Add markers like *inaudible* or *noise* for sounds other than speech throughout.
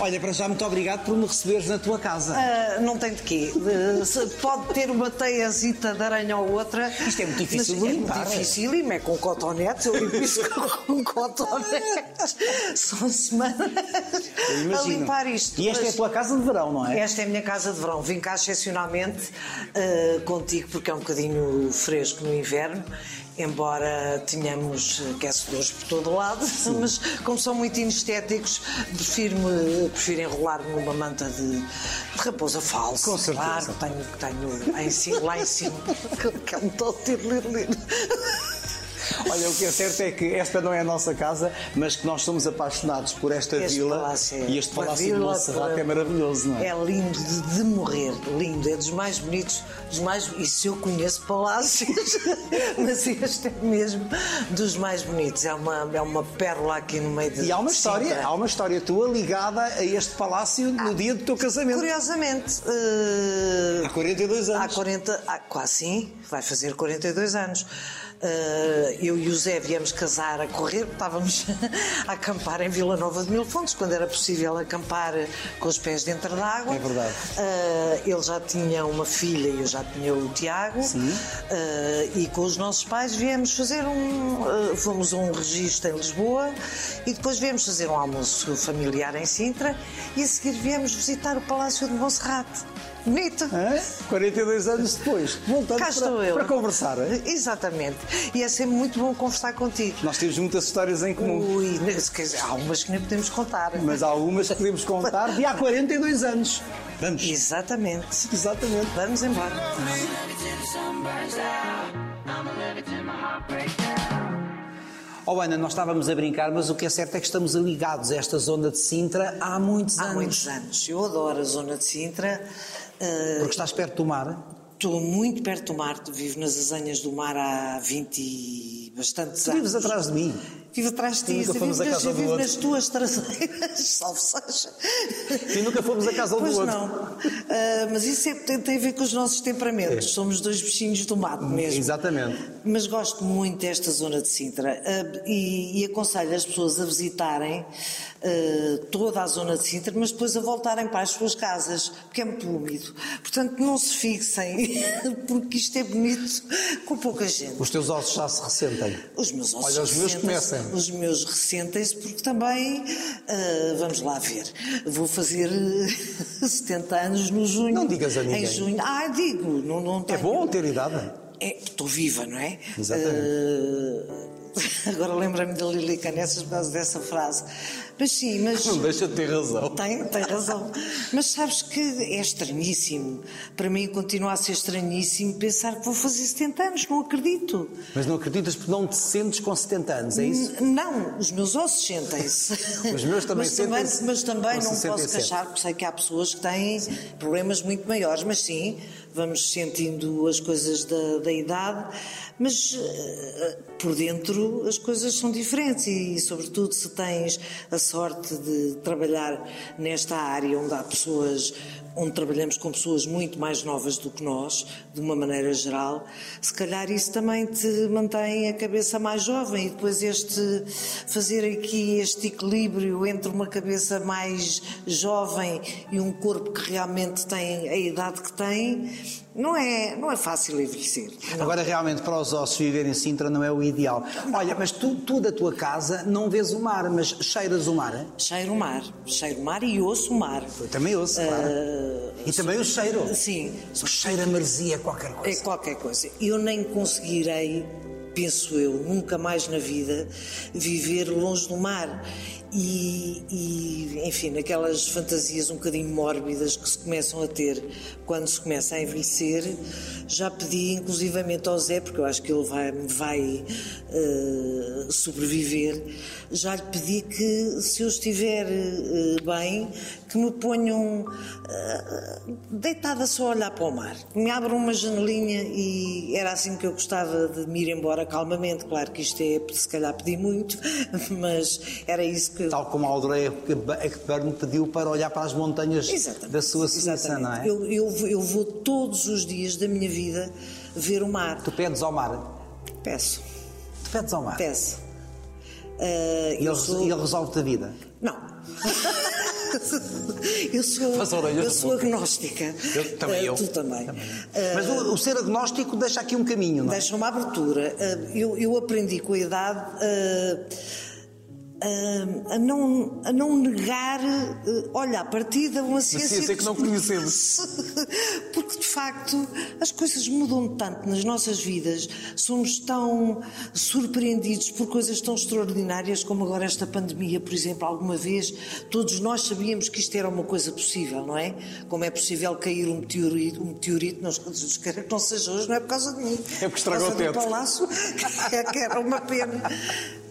Olha, para já, muito obrigado por me receberes na tua casa. Ah, não tem de quê. De- se- pode ter uma teiazita de aranha ou outra. Isto é muito difícil mas de é limpar, muito é? dificílimo, é com cotonetes. Eu limpo isso com *laughs* cotonetes. São semanas Eu a imagino. limpar isto. E esta é a mas- tua casa de verão, não é? Esta é a minha casa de verão. Vim cá excepcionalmente eh, contigo porque é um bocadinho fresco no inverno, embora tenhamos aquecedores por todo o lado, *laughs* mas como são muito inestéticos, prefiro-me- prefiro enrolar-me numa manta de, de raposa falsa. Com certeza. Claro, tenho, tenho em cima- lá em cima, *laughs* que é um tal tirlirlir. Olha, o que é certo é que esta não é a nossa casa, mas que nós somos apaixonados por esta Este vila palácio é e este uma palácio de vila, Monserrate por- é maravilhoso, não é? É lindo de, de morrer, lindo, é dos mais bonitos, dos mais. E se eu conheço palácios, *laughs* mas este é mesmo dos mais bonitos. É uma, é uma pérola aqui no meio de. E há uma de história, Sintra. há uma história tua ligada a este palácio Ah, no dia do teu casamento. Curiosamente, eh, Há 42 Há anos. 40, há, quase sim, vai fazer 42 anos. Eh, eu e o Zé viemos casar a correr, estávamos *laughs* a acampar em Vila Nova de Mil Fontes, quando era possível acampar com os pés dentro da água. É verdade. Eh, ele já tinha uma filha e eu já tinha o Tiago. Eh, e com os nossos pais viemos fazer um. eh, fomos a um registro em Lisboa e depois viemos fazer um almoço familiar em Sintra e a seguir viemos visitar o Palácio de Monserrate. Bonito! Hã? 42 anos depois, voltando Ah, Cá estou para, eu. para conversar. é? Exatamente. E é sempre muito bom conversar contigo. Nós temos muitas histórias em comum, Ui, ne- quer dizer, há umas que nem podemos contar. né? mas há algumas que podemos contar de há 42 anos. Vamos. Exatamente. Exatamente. Vamos embora. Oh Ana, nós estávamos a brincar, mas o que é certo é que estamos ligados a esta zona de Sintra há muitos Há anos. muitos anos. Eu adoro a zona de Sintra. eh, Porque estás perto do mar. Estou muito perto do mar, vivo nas azanhas do mar há 20 e bastantes Tu anos. vives atrás de mim. Vivo atrás de ti, Nunca eu vivo, fomos à nas, casa eu do vivo outro. nas tuas traseiras, *laughs* salve seja. E nunca fomos à casa um do pois outro. não. Ah, mas isso é, tem, tem a ver com os nossos É. temperamentos, somos dois bichinhos do Hum, mato mesmo. Exatamente. Mas gosto muito desta zona de Sintra ah, e, e aconselho as pessoas a visitarem ah, toda a zona de Sintra, mas depois a voltarem para as suas casas, porque é muito úmido. Portanto, não se fixem, *laughs* porque isto é bonito com pouca gente. Os teus ossos já se ressentem. Os meus ossos Olha, os meus ressentem-se. comecem. Os meus ressentem-se porque também, ah, vamos lá ver, vou fazer ah, *laughs* 70 anos no junho. Não digas a ninguém. Em junho. Ah, digo, não, não É tenho. bom ter idade. É, estou viva, não é? Exatamente. Ah, *laughs* agora lembra-me da Lili Canessas por causa dessa frase. Mas sim, mas. deixa de ter razão. Tem, tem razão. Mas sabes que é estranhíssimo. Para mim continua a ser estranhíssimo pensar que vou fazer 70 anos, não acredito. Mas não acreditas porque não te sentes com 70 anos, é isso? N- Não, os meus ossos sentem-se. Os meus também mas também, sentem-se. mas também Não não se sentem posso sempre. queixar, porque sei que há pessoas que têm problemas muito maiores, mas sim, vamos sentindo as coisas da, da idade, mas eh, por dentro as coisas são diferentes e, sobretudo, se tens a sorte de trabalhar nesta área onde há pessoas. Onde trabalhamos com pessoas muito mais novas do que nós, de uma maneira geral, se calhar isso também te mantém a cabeça mais jovem e depois este fazer aqui este equilíbrio entre uma cabeça mais jovem e um corpo que realmente tem a idade que tem, não é, não é fácil envelhecer. Agora, realmente, para os ossos viverem em Sintra não é o ideal. Olha, mas tu, tu da tua casa não vês o mar, mas cheiras o mar. Cheiro o mar, cheiro o mar e ouço o mar. Eu também ouço, claro. E também o cheiro. Sim, Só cheira a marzia, qualquer É coisa. qualquer coisa. Eu nem conseguirei, penso eu, nunca mais na vida, viver longe do mar. E, e, enfim, aquelas fantasias um bocadinho mórbidas que se começam a ter quando se começa a envelhecer, já pedi inclusivamente ao Zé, porque eu acho que ele vai, vai eh, sobreviver, já lhe pedi que se eu estiver eh, bem, que me ponham eh, deitada só a olhar para o mar. Que Me abram uma janelinha e era assim que eu gostava de me ir embora calmamente. Claro que isto é, se calhar, pedir muito, *laughs* mas era isso que. Tal como a aldeia Ekburn pediu para olhar para as montanhas Exatamente. da sua Suíça, Exatamente. não é? Eu, eu vou- eu vou todos os dias da minha vida ver o mar. Tu pedes ao mar. Peço, Tu pedes ao mar. peço. Ah, E eu ele, sou- e ele resolve-te a vida. Não. *laughs* eu sou, Faz orelhas eu de sou agnóstica. Eu também, Eh, eu. Tu também. Mas o, o ser agnóstico deixa aqui um caminho, não é? Ah, Deixa uma abertura. Ah, Eu, eu aprendi com a idade ah, ah, a, não, a não negar, ah, olha, a partida uma ciência, ciência é que não conhecemos. *laughs* Porque de facto as coisas mudam tanto nas nossas vidas, somos tão surpreendidos por coisas tão extraordinárias como agora esta pandemia, por exemplo. Alguma vez todos nós sabíamos que isto era uma coisa possível, não é? Como é possível cair um meteorito, um meteorito não, *laughs* se- quer que não seja hoje, não é por causa de mim. É porque estragou Por causa o do teto. palácio, *laughs* é que era uma pena.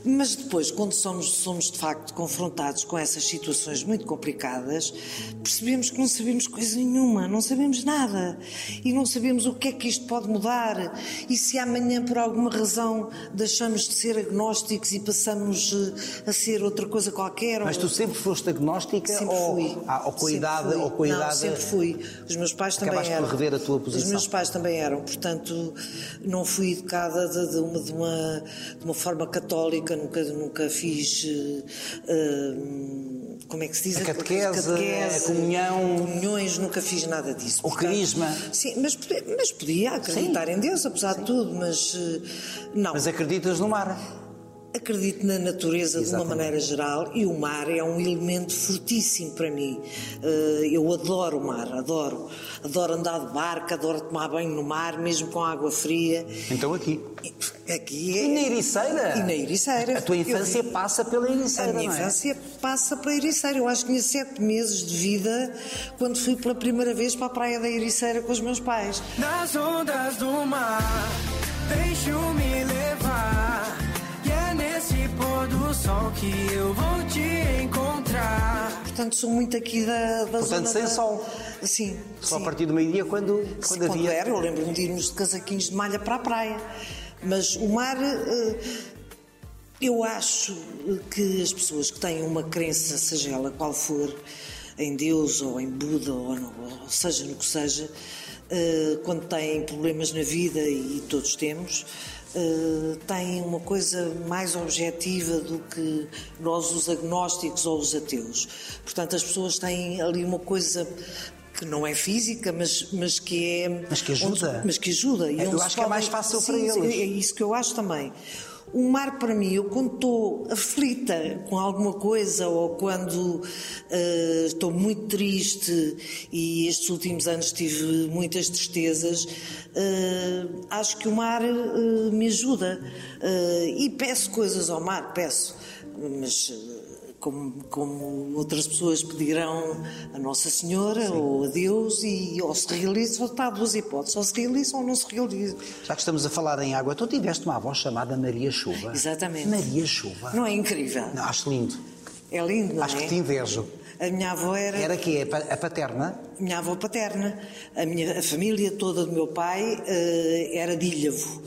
Mas depois, quando somos, somos de facto confrontados com essas situações muito complicadas, percebemos que não sabemos coisa nenhuma, não sabemos nada. E não sabemos o que é que isto pode mudar. E se amanhã, por alguma razão, deixamos de ser agnósticos e passamos eh, a ser outra coisa qualquer. Mas ou- tu sempre foste agnóstica Sempre ou, fui. Ah, ou com a Sempre idade, fui. ou com a Não, idade- sempre fui. Os meus pais também Acabaste por eram. rever a tua posição. Os meus pais também eram, portanto, não fui educada de, de uma, de, uma, de uma forma católica, nunca, nunca fiz. eh, eh, como é que se diz? A catequese, a comunhão. Comunhões, nunca fiz nada disso. O portanto, crisma. Sim, mas, podia- mas podia acreditar em Deus, apesar de tudo, mas eh, não. Mas acreditas no mar. Acredito na natureza de Exatamente. uma maneira geral e o mar é um elemento fortíssimo para mim. Eh, Eu adoro o mar, adoro. Adoro andar de barca, adoro tomar banho no mar, mesmo com água fria. Então aqui. E- Aqui é. E na Ericeira? E na Ericeira. A tua Eu- infância passa pela Ericeira, a minha não é? infância passa para a Ericeira. Eu acho que tinha sete meses de vida quando fui pela primeira vez para a praia da Ericeira com os meus pais. Nas ondas do mar, deixo-me levar. E é nesse pôr do sol que eu vou te encontrar. Portanto, sou muito aqui da, da zona. sem da- sol. Sim. Só sim. a partir do meio-dia quando, Sim, quando quando havia. era, eu lembro-me de irmos de casaquinhos de malha para a praia. Mas o mar, eh, eu acho que as pessoas que têm uma crença, seja ela qual for, em Deus ou em Buda ou, no- ou seja no que seja, eh, quando têm problemas na vida, e todos temos, eh, têm uma coisa mais objetiva do que nós, os agnósticos ou os ateus. Portanto, as pessoas têm ali uma coisa que não é física, mas, mas que é. Mas que ajuda. onde- mas que ajuda. E Eu onde se acho que é mais fácil Sim, para sim, eles. é isso que eu acho também. O mar para mim, eu quando estou aflita com alguma coisa ou quando eh, estou muito triste e estes últimos anos tive muitas tristezas, eh, acho que o mar eh, me ajuda Eh, e peço coisas ao mar, peço, mas eh, como, como outras pessoas pedirão a Nossa Senhora ou a Deus e ou se realiza, ou está duas hipóteses, ou se realiza ou não se realiza. Já que estamos a falar em água, tu tiveste uma avó chamada Maria Chuva. Exatamente. Maria Chuva. Não é incrível? Não, acho lindo. É lindo, não acho é? que te invejo. A minha avó era, Era que é pa- a paterna? a minha avó paterna. A, minha, a família toda do meu pai eh, era de Ilhavo.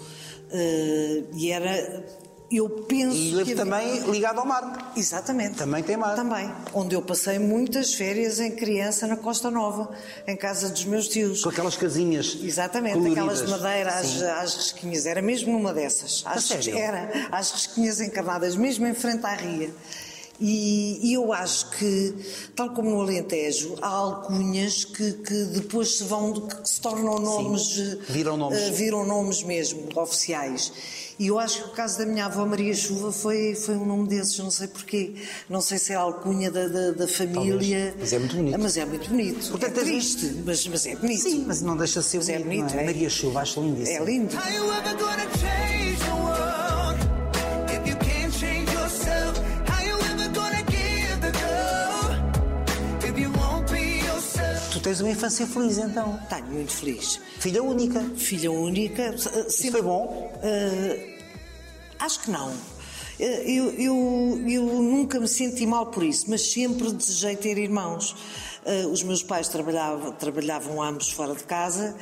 Eh, e era. Eu penso. E que ele havia- também ligado ao mar. Exatamente. Também tem mar. Também. Onde eu passei muitas férias em criança na Costa Nova, em casa dos meus tios. Com aquelas casinhas. Exatamente, coloridas. aquelas de madeira às, Sim. às resquinhas, era mesmo uma dessas. Às, sério? Era, às resquinhas encarnadas, mesmo em frente à ria. E, e eu acho que, tal como no Alentejo, há alcunhas que, que depois se vão, que se tornam nomes. eh, viram nomes. eh, viram nomes mesmo, oficiais. E eu acho que o caso da minha avó Maria Chuva foi, foi um nome desses, não sei porquê. Não sei se é a alcunha da, da, da família. Mas é muito bonito. Mas é muito bonito. Portanto, é as- triste, mas, mas é bonito. Sim, mas não deixa de ser Mas é bonito, não bonito, é? Maria Chuva, acho É lindíssimo. lindo. Are you ever gonna change the world? If you can't change yourself, how you ever gonna give the go? If you won't be yourself. Tu tens uma infância feliz então. Tenho muito feliz. Filha única. Filha única, s- sempre. Isso foi bom. Acho que não. Eh, Eu, eu, eu nunca me senti mal por isso, mas sempre desejei ter irmãos. Eh, Os meus pais trabalhavam, trabalhavam ambos fora de casa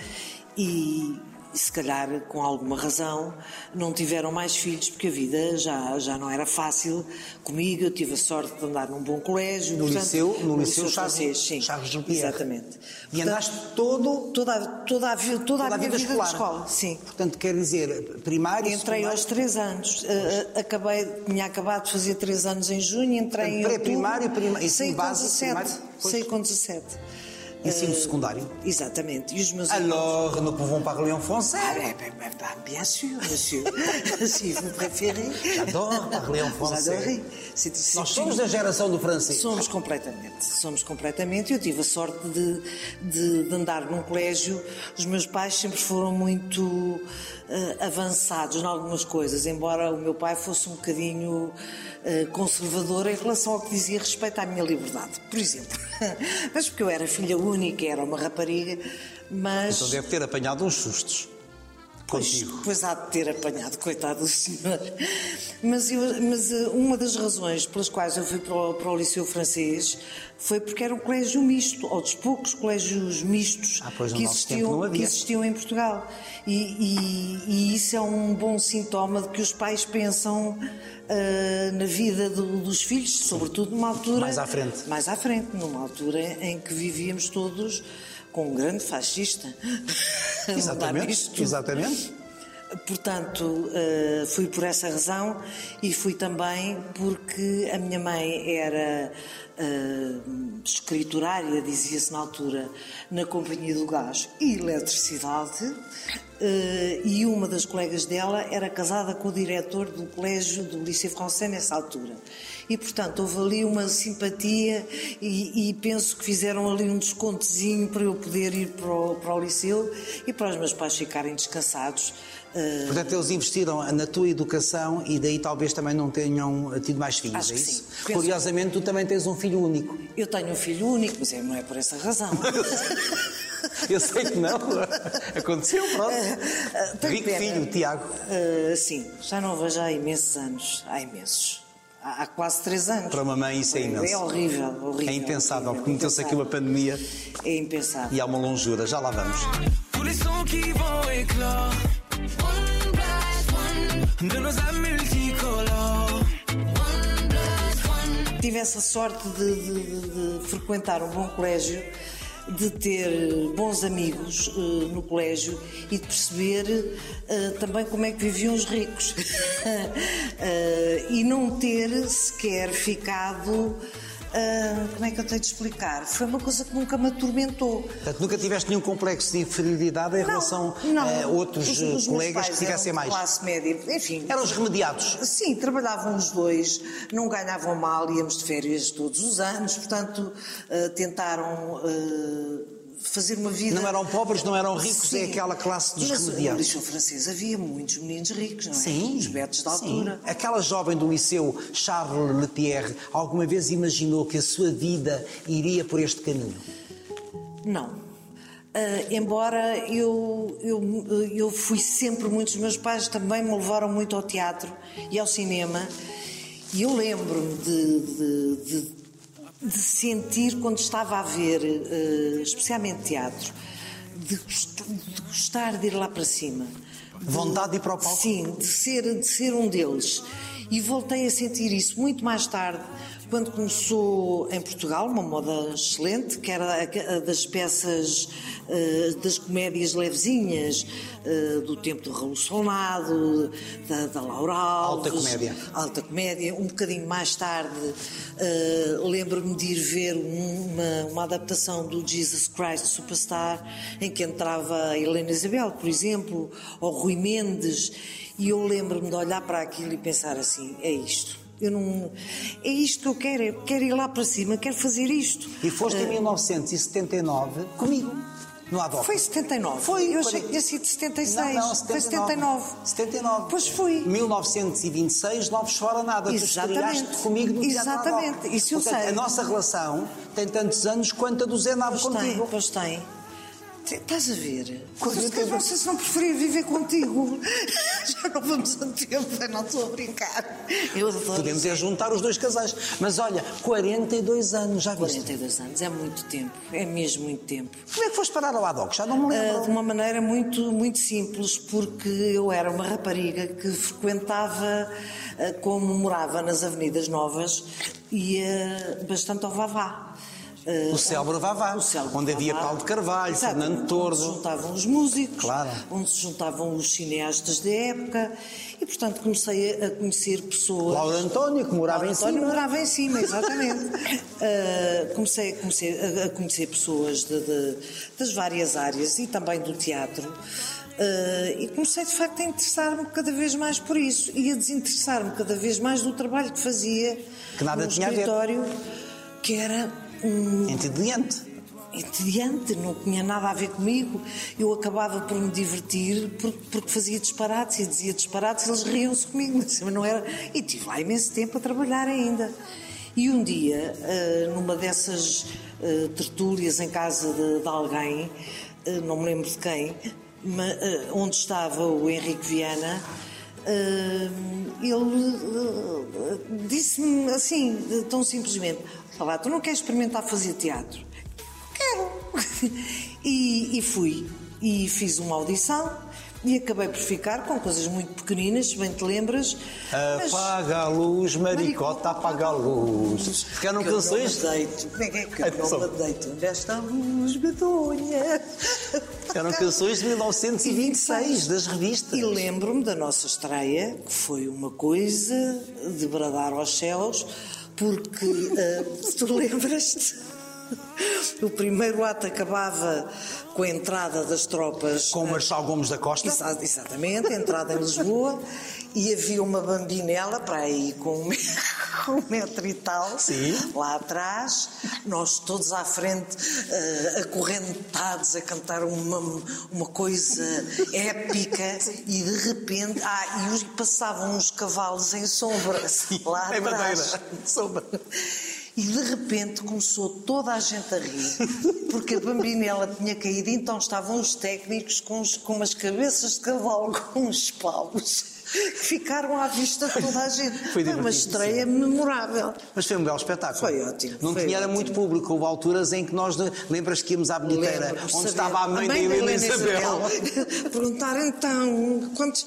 e, e se calhar com alguma razão não tiveram mais filhos porque a vida já, já não era fácil comigo, eu tive a sorte de andar num bom colégio. No liceu- no liceu Charles- francês, sim, Charles de Pierre. Exatamente. E andaste todo, Toda, a- toda, a, vi- toda, a toda minha vida, escolar. de escola, sim. Portanto, quer dizer, primário, Entrei aos três anos. Eh, eh, acabei, tinha acabado de fazer três anos em junho, entrei Portanto, em outubro. pré-primário, prima- ensino saí com base, 17. primário, depois- Saí com 17. eh, ensino secundário. Exatamente. E os meus Alors, nous pouvons parler en français. Ah, ben, ben, ben, ben, bien sûr, monsieur. *laughs* si vous préférez. J'adore parler en Vous français. adorez. C'est- c'est Nós une- somos da geração do francês. Somos completamente, somos completamente. Eu tive a sorte de, de- de andar num colégio. Os meus pais sempre foram muito eh, avançados em algumas coisas, embora o meu pai fosse um bocadinho eh, conservador em relação ao que dizia respeito à minha liberdade, por exemplo. *laughs* mas porque eu era filha única, era uma rapariga, mas. Então deve ter apanhado uns sustos. Pois, Contigo. pois há de ter apanhado, coitado do senhor. Mas, eu- mas, eh, uma das razões pelas quais eu fui para o, para o Liceu Francês foi porque era um colégio misto, ou dos poucos colégios mistos Ah, pois, no que, nosso tempo não existiam, havia. que existiam em Portugal. E, e- e isso é um bom sintoma de que os pais pensam eh, na vida do- dos filhos, sobretudo numa altura. Mais à frente. Mais à frente, numa altura em que vivíamos todos com um grande fascista. *laughs* Não dá Exatamente. nisto tudo. Exatamente. Portanto, eh, fui por essa razão e fui também porque a minha mãe era eh, escriturária, dizia-se na altura, na Companhia do Gás e Eletricidade, eh, e uma das colegas dela era casada com o diretor do colégio do Liceu Francês nessa altura. E, portanto, houve ali uma simpatia e, e penso que fizeram ali um descontezinho para eu poder ir para o, para o Liceu e para os meus pais ficarem descansados. eh, Portanto, eles investiram na tua educação e daí talvez também não tenham tido mais filhos, Acho é que isso? sim. Penso- Curiosamente, tu também tens um filho único. Eu tenho um filho único, mas é- não é por essa *laughs* razão. Eu sei que *laughs* não. Aconteceu, pronto. Eh, Tenho Rico pena. filho, Tiago. Ah, sim, já não o vejo há imensos anos. Há imensos. Há, há quase três anos. Para uma mãe isso é imenso. É horrível, horrível. É impensável, horrível, porque meteu-se aqui uma pandemia impensável. É impensável. e há uma longura. Já lá vamos. Tous les sons qui vont éclore. De nos âmes multicolores. Tive essa sorte de, de- de- de frequentar um bom colégio, de ter bons amigos eh, no colégio e de perceber eh, também como é que viviam os ricos. *laughs* Eh, e não ter sequer ficado. eh, como é que eu tenho de explicar? Foi uma coisa que nunca me atormentou. Portanto, nunca tiveste nenhum complexo de inferioridade em relação a outros Os- eh, os meus colegas que pais tivessem eram mais. de Classe média, enfim. Eram os remediados. Sim, trabalhavam os dois, não ganhavam mal, íamos de férias todos os anos, portanto, eh, tentaram eh, fazer uma vida. Não eram pobres, não eram ricos, é aquela classe dos Mas No remediados. lixo francês havia muitos meninos ricos, não é? Os betos da sim. altura. Aquela jovem do liceu, Charles Lepierre, alguma vez imaginou que a sua vida iria por este caminho? Não. Ah, embora eu, eu, eu fui sempre muito, os meus pais também me levaram muito ao teatro e ao cinema, e eu lembro-me de, de- de- de sentir quando estava a ver, eh, especialmente teatro, de, gost- de gostar de ir lá para cima. De- Vontade de ir para o palco? Sim, de ser, de ser um deles. E voltei a sentir isso muito mais tarde, quando começou em Portugal uma moda excelente, que era a- a das peças eh, das comédias levezinhas, eh, do tempo do Revolucionado, da, da Laura Alves. Alta comédia. Alta comédia. Um bocadinho mais tarde, eh, lembro-me de ir ver um- uma, uma adaptação do Jesus Christ Superstar, em que entrava a Helena Isabel, por exemplo, ou Rui Mendes, e eu lembro-me de olhar para aquilo e pensar assim: é isto. Eu não, é isto que eu quero, eu quero ir lá para cima, quero fazer isto. E foste Eh, em 1979 comigo, no Adoc. Foi 79. Foi, eu achei quarenta- que tinha sido 76. Não, não, Foi 79. 79. Pois foi. 1926, Novos Fora Nada. Exatamente. Tu estreaste comigo no Teatro Exatamente, Adoc. isso eu Portanto, sei. A nossa relação tem tantos anos quanto a do Zé Nave Pois tem, contigo. pois tem. Estás a ver? Coisa Mas, toda. Não sei se não preferia viver contigo. *laughs* Já não vamos a tempo, eu não estou a brincar. Eu adoro. Podemos é juntar os dois casais. Mas olha, 42 anos, já viste? 42 anos, é muito tempo, é mesmo muito tempo. Como é que foste parar ao ADOC? Já não me Ah, de lembro. uma maneira muito, muito simples, porque eu era uma rapariga que frequentava, ah, como morava nas Avenidas Novas, ia bastante ao Vavá. Ah, O célebre Vavá, o célebre onde havia Vavá. Paulo de Carvalho, Exato, Fernando Onde se Tordo. juntavam os músicos, Claro. onde se juntavam os cineastas da época, e portanto comecei a a conhecer pessoas. Laura António, que morava Paulo em António cima. morava em *laughs* cima, exatamente. Uh, comecei a, comecei a- a conhecer pessoas de- de- das várias áreas e também do teatro. uh, e comecei de facto a interessar-me cada vez mais por isso e a desinteressar-me cada vez mais do trabalho que fazia Que nada no tinha a ver. escritório, que era um Entediante. entediante, não tinha nada a ver comigo. Eu acabava por me divertir por- porque fazia disparates e dizia disparates, eles riam-se comigo, mas eu não era. E tive lá imenso tempo a trabalhar ainda. E um dia, eh, numa dessas eh, tertúlias em casa de, de alguém, eh, não me lembro de quem, ma- eh, onde estava o Henrique Viana, eh, ele eh, disse-me assim, eh, tão simplesmente: "Olha lá, tu não queres experimentar fazer teatro? quero. *laughs* E, e fui. E fiz uma audição e acabei por ficar com coisas muito pequeninas, se bem te lembras. mas- Apaga a luz, maricota, apaga a luz. Ficaram que eu não canções. me deito. Como é que é que Ai, eu não pessoal. me deito? é Nesta luz, *laughs* medonha. Eram canções de 1926 das revistas. E lembro-me da nossa estreia, que foi uma coisa de bradar aos céus, porque *laughs* eh, tu lembras-te? *laughs* O primeiro ato acabava com a entrada das tropas. Com o Marçal Gomes da Costa. Exa- Exatamente, entrada em Lisboa e havia uma bambinela para aí com um metro, *laughs* com um metro e tal Sim. lá atrás, nós todos à frente eh, acorrentados a cantar uma, uma coisa épica e de repente ah, e os- passavam uns cavalos em sombra lá em atrás. madeira, sombra. E de repente começou toda a gente a rir, porque a bambinela tinha caído, então estavam os técnicos com, os- com umas cabeças de cavalo, *laughs* com uns paus, que ficaram à vista de toda a gente. Foi uma divertido, estreia memorável. Mas foi um belo espetáculo. Foi ótimo, Não foi tinha era ótimo. muito público. Houve alturas em que nós. Lembras que íamos à bilheteira, Lembro-me, onde saber- estava a mãe, da Helena Isabel. Isabel. *laughs* Perguntar então quantos.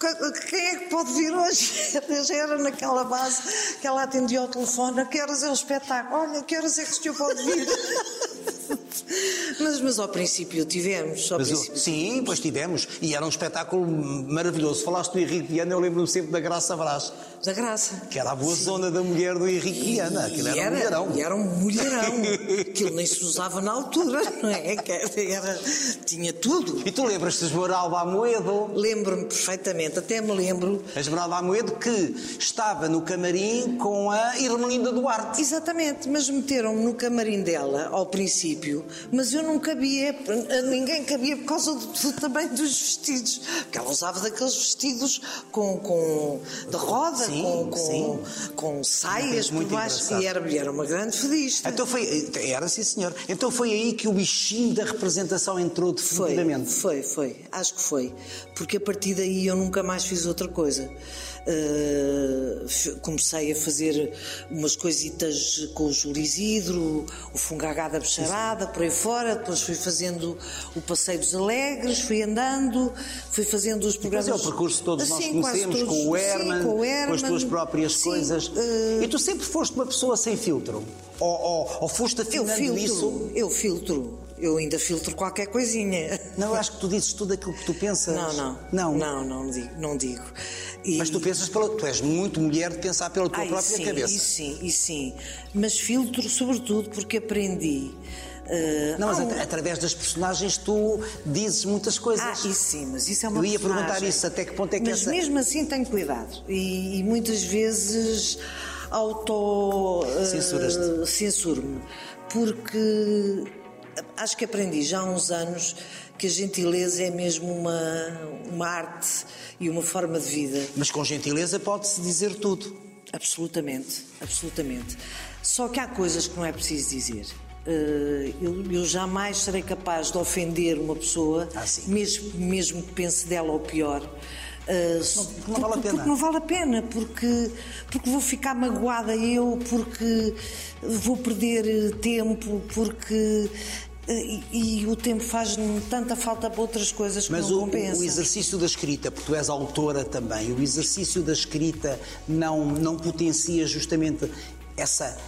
qu- Quem é que pode vir hoje? *laughs* Eu já era naquela base que ela atendia ao telefone. A que horas é o espetáculo? Olha, a que horas é que o senhor pode vir? *laughs* mas, mas ao princípio tivemos. Ao Mas eu- princípio. sim, pois tivemos. E era um espetáculo maravilhoso. Falaste do Henrique Viana, eu lembro-me sempre da Graça Brás, Da graça. que era a boa zona da mulher do Henrique Viana. Aquilo era, um mulherão. e era um mulherão. *laughs* Aquilo nem se usava na altura, não é? Que Era, tinha tudo. E tu lembras-te de Esmeralda Amoedo? Lembro-me perfeitamente, até me lembro A Esmeralda Amoedo que estava no camarim com a Irmelinda Duarte. Exatamente, mas meteram-me no camarim dela ao princípio, mas eu não cabia, a ninguém cabia por causa do, do tamanho dos vestidos, porque ela usava daqueles vestidos com, com de roda, Sim, com, com, sim. com saias por Muito baixo, engraçado. e era, e era uma grande fadista. Então foi, era sim senhor. Então foi aí que o bichinho da representação entrou Foi, definitivamente. foi, foi, acho que foi, porque a partir daí eu nunca mais fiz outra coisa. Uh, f- comecei a fazer umas coisitas com o Júlio Isidro, o Fungagá da Bicharada, por aí fora, depois fui fazendo o Passeio dos Alegres, fui andando, fui fazendo os programas. Mas é o percurso que todos nós Assim, quase conhecemos, todos. com o Sim, Herman, com, o as Herman. tuas próprias Sim, coisas. uh, E tu sempre foste uma pessoa sem filtro? Ou, ou, ou foste eu afinando filtro, isso? eu filtro, eu ainda filtro qualquer coisinha. Não, eu acho que tu dizes tudo aquilo que tu pensas. Não, Não. não. Não, não digo. Não digo. E- Mas tu pensas pela. Tu és muito mulher de pensar pela tua Ai, própria sim, cabeça. E sim, e sim. Mas filtro sobretudo porque aprendi. eh, Não, mas é há at- um- através das personagens tu dizes muitas coisas. Ah, e sim, mas isso é uma Eu ia perguntar personagem. isso, até que ponto é que Mas essa- mesmo assim tenho cuidado. E, e muitas vezes auto... eh, Censuras-te. Censuro-me. Porque acho que aprendi já há uns anos que a gentileza é mesmo uma, uma arte e uma forma de vida. Mas com gentileza pode-se dizer tudo. Absolutamente, absolutamente. Só que há coisas que não é preciso dizer. eh, eu, eu jamais serei capaz de ofender uma pessoa, Ah, sim. mesmo, mesmo que pense dela o pior. eh, porque não vale a porque- pena. porque não vale a pena, porque, porque vou ficar magoada eu, porque vou perder eh, tempo, porque. eh, E, e o tempo faz-me tanta falta para outras coisas que Mas não o, compensam. o exercício da escrita, porque tu és autora também, o exercício da escrita não, não potencia justamente essa,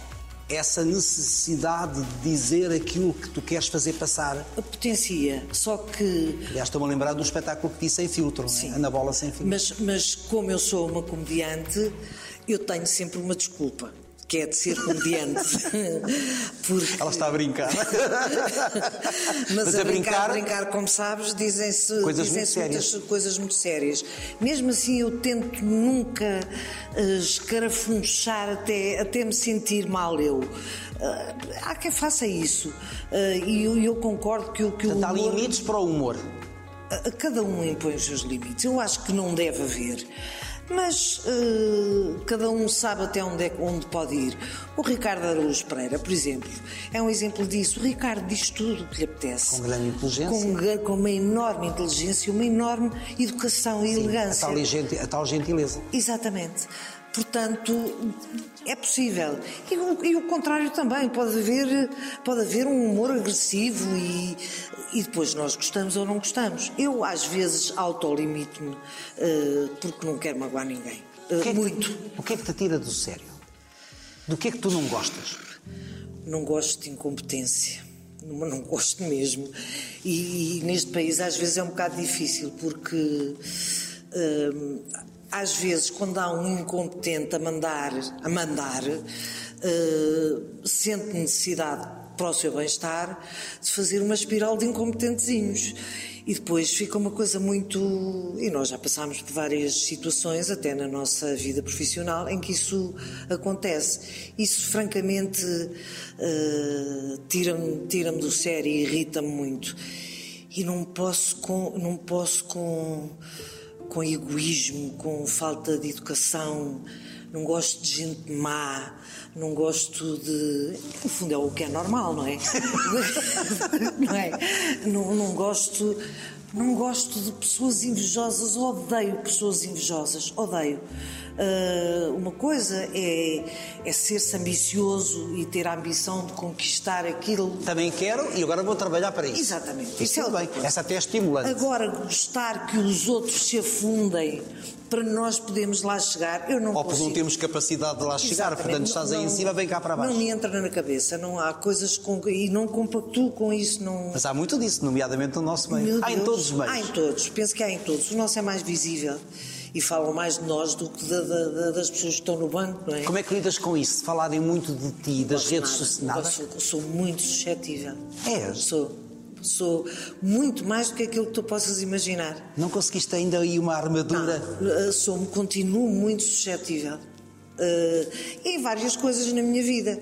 essa necessidade de dizer aquilo que tu queres fazer passar. Potencia, só que Aliás, estou-me a lembrar do espetáculo que disse sem filtro, não é? Sim. Ana Bola sem filtro. Mas, mas como eu sou uma comediante, eu tenho sempre uma desculpa, que é de ser *laughs* comediante. Porque, Ela está a brincar. mas, a, brincar, a brincar, como sabes, dizem-se Coisas dizem muito muitas coisas muito sérias. Mesmo assim, eu tento nunca eh, escarafunchar até, até me sentir mal eu. Eh, há quem faça isso. Eh, e eu, eu concordo que, o- que Portanto, o há humor... limites para o humor. A- Cada um impõe os seus limites. Eu acho que não deve haver. Mas eh, cada um sabe até onde, é- onde pode ir. O Ricardo Araújo Pereira, por exemplo, é um exemplo disso. O Ricardo diz tudo o que lhe apetece. Com grande inteligência. Com, ga- com uma enorme inteligência, uma enorme educação e A elegância. tal, gente- a tal gentileza. Exatamente. Portanto, é possível. E o, e o contrário também. Pode haver, pode haver um humor agressivo e, e depois nós gostamos ou não gostamos. Eu, às vezes, autolimito-me eh, porque não quero magoar ninguém. Eh, O que é que- muito. O que é que te tira do sério? Do que é que tu não gostas? Não gosto de incompetência. Não, não gosto mesmo. E, e neste país às vezes é um bocado difícil, porque hum, às vezes quando há um incompetente a mandar, a mandar hum, sente necessidade para o seu bem-estar de fazer uma espiral de incompetentezinhos. E depois fica uma coisa muito. E nós já passámos por várias situações, até na nossa vida profissional, em que isso acontece. Isso, francamente, eh, tira-me tira do sério e irrita-me muito. E não posso com. Não posso com com egoísmo, com falta de educação, não gosto de gente má, não gosto de. No fundo é o que é normal, não é? *laughs* não é? Não, não gosto. Não gosto de pessoas invejosas, odeio pessoas invejosas, odeio. Ah, uma coisa é, é ser-se ambicioso e ter a ambição de conquistar aquilo. Também quero e agora vou trabalhar para isso. Exatamente, isso Tudo é outra bem. coisa. Essa até é estimulante. Agora, gostar que os outros se afundem para nós podermos lá chegar, eu não Ou porque consigo. não temos capacidade de lá chegar, Exatamente. portanto estás aí Não- em cima, vem cá para baixo. Não me entra na cabeça, não há coisas com e não compactuo com isso, não. Mas há muito disso, nomeadamente no nosso meio. Meu há em Deus. todos os meios. Há em todos, penso que há em todos. O nosso é mais visível e falam mais de nós do que da- da- da- das pessoas que estão no banco, não é? Como é que lidas com isso? Se falarem muito de ti, das redes Nada, sociais. Sou, sou muito suscetível. É? Sou. Sou muito mais do que aquilo que tu possas imaginar. É, Não conseguiste ainda aí uma armadura? Não, sou continuo muito suscetível. Eh, em várias coisas na minha vida.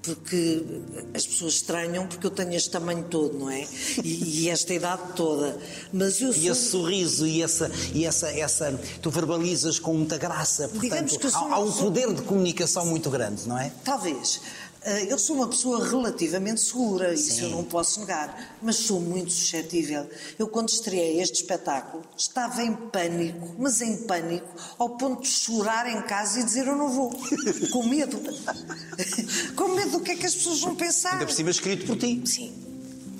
Porque as pessoas estranham porque eu tenho este tamanho todo, não é? E, e esta idade toda. Mas eu sou. E esse sorriso e essa, e essa, essa. Tu verbalizas com muita graça, Digamos portanto, que eu sou há, uma há um pessoa- poder de comunicação muito grande, não é? Talvez. Eh, Eu sou uma pessoa relativamente segura, isso eu não posso negar, mas sou muito suscetível. Eu, quando estreiei este espetáculo, estava em pânico, mas em pânico, ao ponto de chorar em casa e dizer eu não vou, *laughs* com medo. *laughs* com medo do que é que as pessoas vão pensar. Ainda por cima escrito por ti. Sim.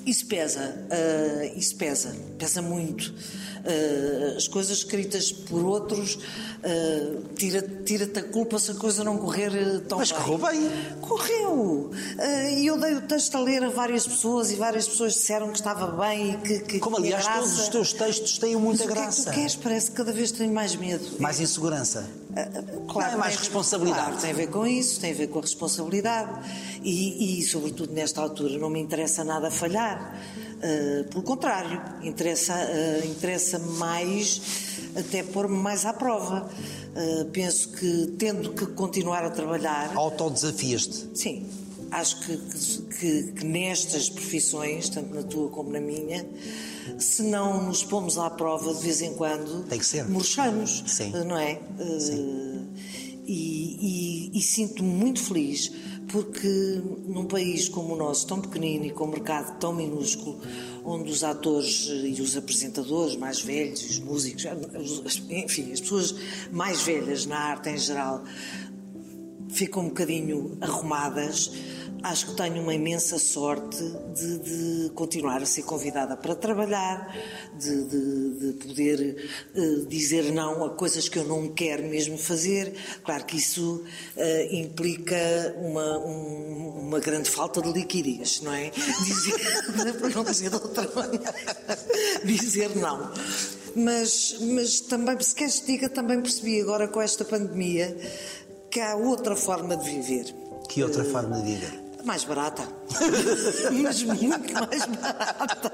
Isso pesa, ah, isso pesa, pesa muito. Ah, as coisas escritas por outros ah, tira- tira-te a culpa se a coisa não correr ah, tão Mas bem. correu bem. Correu! Ah, E eu dei o texto a ler a várias pessoas e várias pessoas disseram que estava bem e que, que Como tinha aliás graça. todos os teus textos têm muita Mas O que graça. é que tu queres? Parece que cada vez tenho mais medo. Mais insegurança. Ah, ah, Não, é mais tem- responsabilidade. claro, tem a ver com isso, tem a ver com a responsabilidade e, e, sobretudo nesta altura não me interessa nada falhar. Ah, pelo contrário, interessa ah, interessa mais até pôr-me mais à prova. Ah, penso que tendo que continuar a trabalhar, Autodesafias-te. sim, acho que, que- que- que nestas profissões, tanto na tua como na minha, se não nos pomos à prova de vez em quando, Tem que ser. murchamos, Sim. não é? Eh, E, e- e sinto-me muito feliz porque num país como o nosso, tão pequenino e com um mercado tão minúsculo, onde os atores e os apresentadores mais velhos, os músicos, enfim, as pessoas mais velhas na arte em geral, ficam um bocadinho arrumadas. Acho que tenho uma imensa sorte de, de continuar a ser convidada para trabalhar, de, de- de poder eh, dizer não a coisas que eu não quero mesmo fazer. Claro que isso eh, implica uma, um- uma grande falta de liquidez, não é? *laughs* Dizer, para não dizer de outra maneira, *laughs* dizer não. Mas, mas também, se queres que te diga, também percebi agora com esta pandemia que há outra forma de viver. Que outra forma de vida? Mais barata. *laughs* Mas muito mais barata.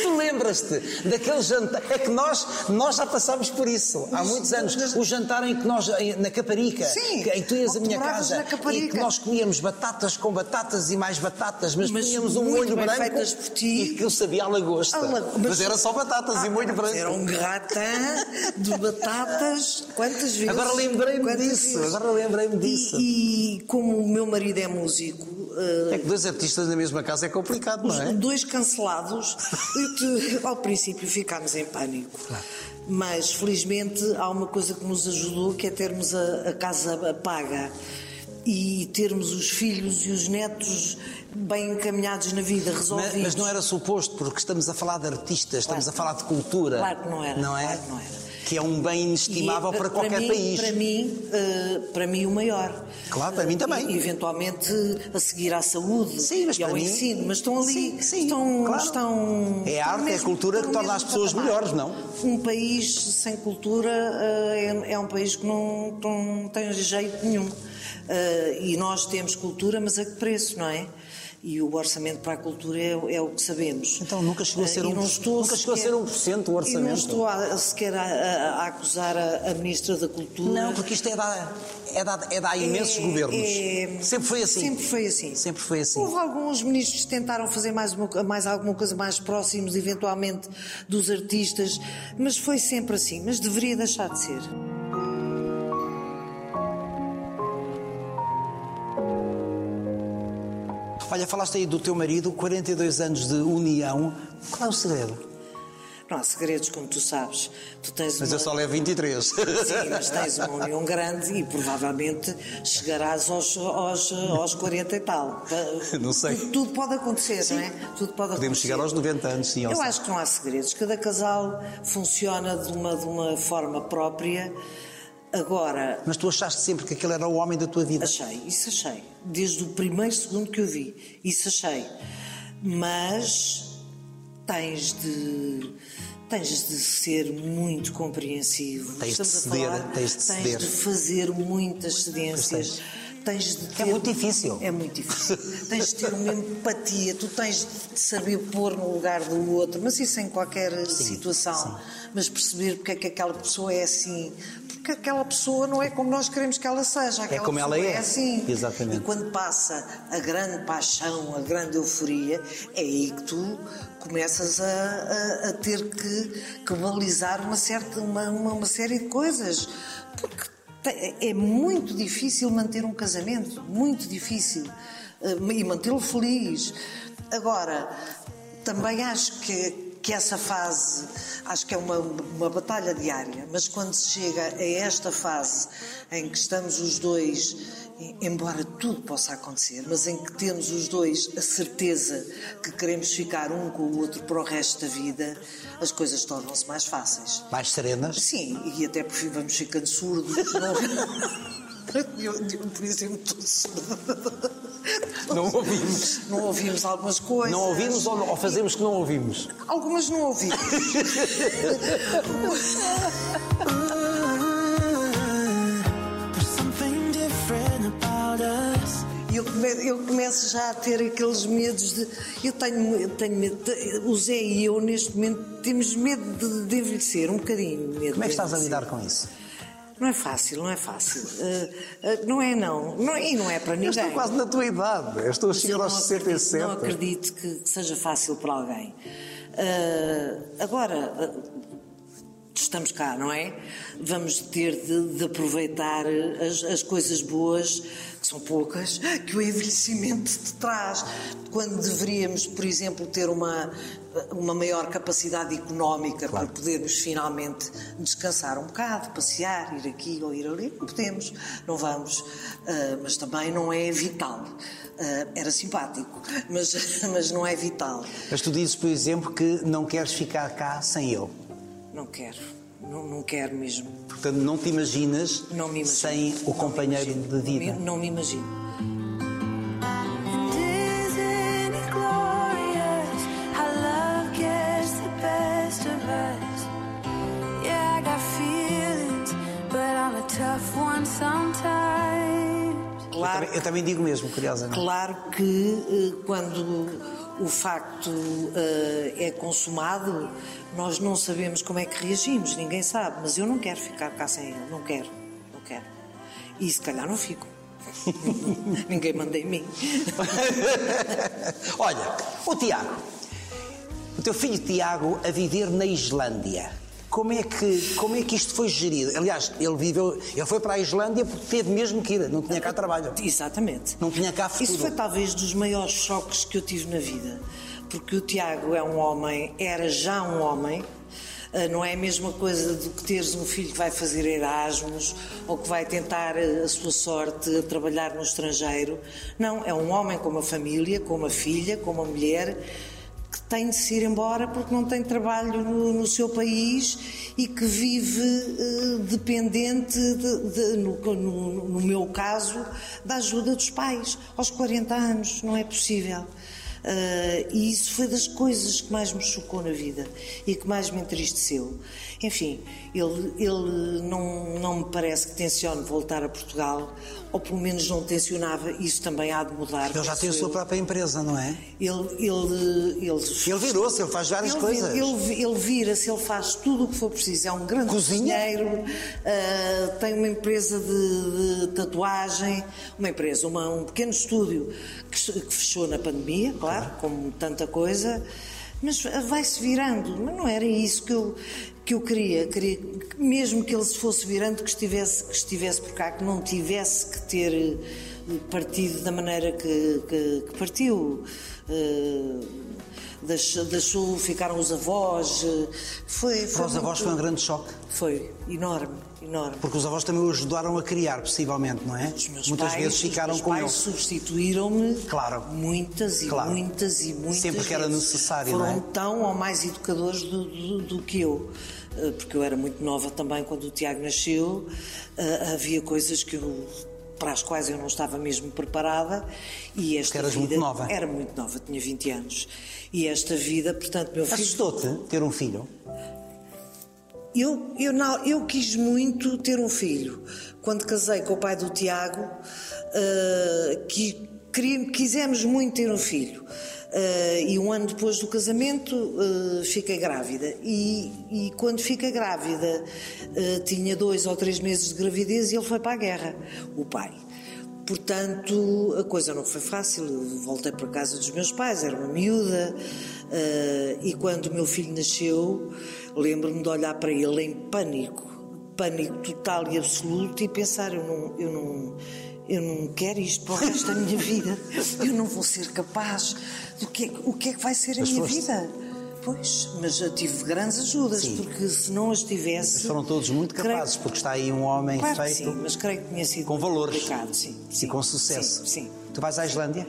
Tu lembras-te daquele jantar? É que nós, nós já passámos por isso há muitos anos. O jantar em que nós, em- na Caparica, Sim, que- em que tu ias a onde minha moravas casa, na Caparica. e que nós comíamos batatas com batatas e mais batatas, mas, Mas comíamos um muito molho bem branco feitas por ti. e que eu sabia a lagosta. A lagosta. Mas era só batatas e molho branco. Era um gratin de batatas. Quantas vezes? Agora lembrei-me Quantas disso, vezes? agora lembrei-me E- disso. E, como o meu marido é músico, eh, É que dois artistas na mesma casa é complicado, não é? dois cancelados, *laughs* eu te- ao princípio ficámos em pânico. Mas felizmente há uma coisa que nos ajudou que é termos a, a casa paga e termos os filhos e os netos bem encaminhados na vida, resolvidos. Mas, mas não era suposto, porque estamos a falar de artistas, estamos a falar de cultura. Claro que não era, Não é? claro que não era. Que é um bem inestimável E, para qualquer mim, país. Para mim, eh, para mim, o maior. Eh, Claro, para mim também. E, eventualmente a seguir à saúde Sim, mas e ao para mim- ensino, mas estão ali. Sim, sim, estão, claro. estão- É a arte, estão é a mesmo- cultura estão que torna mesmo as pessoas patamar. melhores, não? Um país sem cultura eh, é, é um país que não, que não tem jeito nenhum. Eh, e nós temos cultura, mas a que preço, não é? E o orçamento para a cultura é, o- é o que sabemos. Então, nunca chegou a Eh, ser e um- não estou nunca chegou a sequer- ser 1% o e não orçamento. estou estou a, a sequer a, a- a acusar a, a Ministra da Cultura. Não, porque isto é dado é dado- é dado a imensos É- governos. é- Sempre foi assim. Sempre foi assim. Sempre foi assim. Houve alguns ministros que tentaram fazer mais, uma co- mais alguma coisa mais próximos, eventualmente, dos artistas, mas foi sempre assim. Mas deveria deixar de ser. Olha, falaste aí do teu marido, 42 anos de união. Qual é o segredo? Não há segredos, como tu sabes. Tu tens Mas uma... eu só levo 23. *laughs* Sim, mas tens uma união grande e provavelmente chegarás aos, aos, aos 40 e tal. *laughs* Não sei. Tudo, tudo pode acontecer, não é? Tudo pode Podemos acontecer. chegar aos 90 anos, sim. Eu Elsa. acho que não há segredos. Cada casal funciona de uma, de uma forma própria. Agora, Mas tu achaste sempre que aquele era o homem da tua vida? achei, isso achei. Desde o primeiro segundo que eu vi, isso achei. Mas tens de. Tens de ser muito compreensivo. Tens de Estamos a ceder, falar- tens de ceder. de fazer muitas cedências. Tens de ter- muito difícil. É muito *laughs* difícil. tens de ter uma empatia, tu tens de saber pôr no lugar do outro, mas isso em qualquer situação. Mas perceber porque é que aquela pessoa é assim. Porque aquela pessoa não é como nós queremos que ela seja. Aquela como ela pessoa é. assim. Exatamente. E quando passa a grande paixão, a grande euforia, é aí que tu começas a, a- a ter que, que balizar uma, certa, uma, uma, uma série de coisas. Porque te- é muito difícil manter um casamento, muito difícil. eh, E mantê-lo feliz. Agora, também acho que que essa fase, acho que é uma, uma batalha diária, mas quando se chega a esta fase em que estamos os dois, e- embora tudo possa acontecer, mas em que temos os dois a certeza que queremos ficar um com o outro para o resto da vida, as coisas tornam-se mais fáceis. Mais serenas? Sim, e até por fim vamos ficando surdos. *laughs* não? eu, eu, por exemplo, estou surda. Não ouvimos. Não ouvimos algumas coisas. Não ouvimos ou, ou fazemos que não ouvimos? Algumas não ouvi. There's something different about us. E eu, come- eu começo já a ter aqueles medos de. Eu tenho, eu tenho medo. de- o Zé e eu, neste momento, temos medo de, de envelhecer, um bocadinho. Medo Como é que estás a de lidar envelhecer. com isso? Não é fácil, não é fácil. Ah, ah, não é, não. não. E não é para ninguém. Eu estou quase na tua idade. Eu estou a Mas eu chegar aos não acredito- Não 67. acredito que, que seja fácil para alguém. Ah, agora, ah, estamos cá, não é? Vamos ter de, de aproveitar as, as coisas boas que são poucas, *laughs* que o envelhecimento te traz. Quando deveríamos, por exemplo, ter uma, uma maior capacidade económica Claro. para podermos finalmente descansar um bocado, passear, ir aqui ou ir ali, não podemos, não vamos, Ah, mas também não é vital. Ah, era simpático, mas, *laughs* mas não é vital. Mas tu dizes, por exemplo, que não queres ficar cá sem ele. Não quero, não, não quero mesmo. Portanto, não te imaginas Não me imagino. sem o Não me companheiro de imagino. vida. Não me, não me imagino. Isn't it glorious how love gets the best of us? Yeah, I got feelings, but I'm a tough one sometimes. Eu Claro, também, eu também digo mesmo, curiosamente. claro que eh, quando o facto eh, é consumado, nós não sabemos como é que reagimos, ninguém sabe, mas eu não quero ficar cá sem ele, não quero, não quero. E se calhar não fico. *laughs* ninguém manda em mim. Olha, o Tiago, o teu filho Tiago a viver na Islândia. Como é, que, como é que isto foi gerido? Aliás, ele viveu, ele foi para a Islândia porque teve mesmo que ir, não tinha cá trabalho. Exatamente. Não tinha cá futuro. Isso foi talvez dos maiores choques que eu tive na vida, porque o Tiago é um homem, era já um homem, ah, não é a mesma coisa do que teres um filho que vai fazer Erasmus ou que vai tentar ah, a sua sorte a trabalhar no estrangeiro. Não, é um homem com uma família, com uma filha, com uma mulher que tem de se ir embora porque não tem trabalho no, no seu país e que vive eh, dependente, de- de- no, no- no meu caso, da ajuda dos pais. Aos 40 anos, não é possível. Eh, e isso foi das coisas que mais me chocou na vida e que mais me entristeceu. Enfim, ele, ele não, não me parece que tencione voltar a Portugal, ou pelo menos não tencionava, isso também há de mudar. Ele já tem a penso sua eu. própria empresa, não é? Ele, ele, ele, Ele virou-se, ele faz várias ele, coisas. vi- Ele, vi- ele vira-se, ele faz tudo o que for preciso. É um grande Cozinha? cozinheiro, ah, tem uma empresa de, de tatuagem, uma empresa, uma- um pequeno estúdio que, se- que fechou na pandemia, claro, como tanta coisa, mas ah, vai-se virando. Mas não era isso que eu, que eu queria. Queria que mesmo que ele se fosse virando, que estivesse, que estivesse por cá, que não tivesse que ter eh, partido da maneira que, que- que partiu. Ah, Deix- deixou, ficaram os avós. eh, Foi, foi Para os avós muito- foi um grande choque, Foi enorme, enorme. porque os avós também o ajudaram a criar, possivelmente, não é? Os meus Muitas pais, vezes ficaram os meus com pais ele. substituíram-me Claro. muitas e Claro. muitas e muitas Sempre que era vezes. necessário, Foram não é? tão ou mais educadores do, do- do que eu. eh, Porque eu era muito nova também quando o Tiago nasceu. eh, Havia coisas que eu- para as quais eu não estava mesmo preparada e esta eras vida muito nova. era muito nova, tinha 20 anos e esta vida, portanto, meu filho Assustou-te ter um filho? Eu, eu, não, eu quis muito ter um filho. Quando casei com o pai do Tiago, ah, que, queria- quisemos muito ter um filho. Ah, e um ano depois do casamento, ah, fiquei grávida. E, e quando fica grávida, ah, tinha dois ou três meses de gravidez e ele foi para a guerra, o pai. Portanto, a coisa não foi fácil. Eu voltei para casa dos meus pais, era uma miúda, eh, e quando o meu filho nasceu, lembro-me de olhar para ele em pânico, pânico total e absoluto, e pensar: eu não, eu não, eu não quero isto para o resto da minha vida, eu não vou ser capaz. Do que é que- o que é que vai ser a Mas minha foste. vida? Pois, mas eu tive grandes ajudas, Sim. porque se não as tivesse. Mas foram todos muito creio- capazes, porque está aí um homem Claro que feito sim, mas creio que tinha sido com valores complicado, sim, sim, e com sucesso. Sim, sim. Tu vais à Islândia?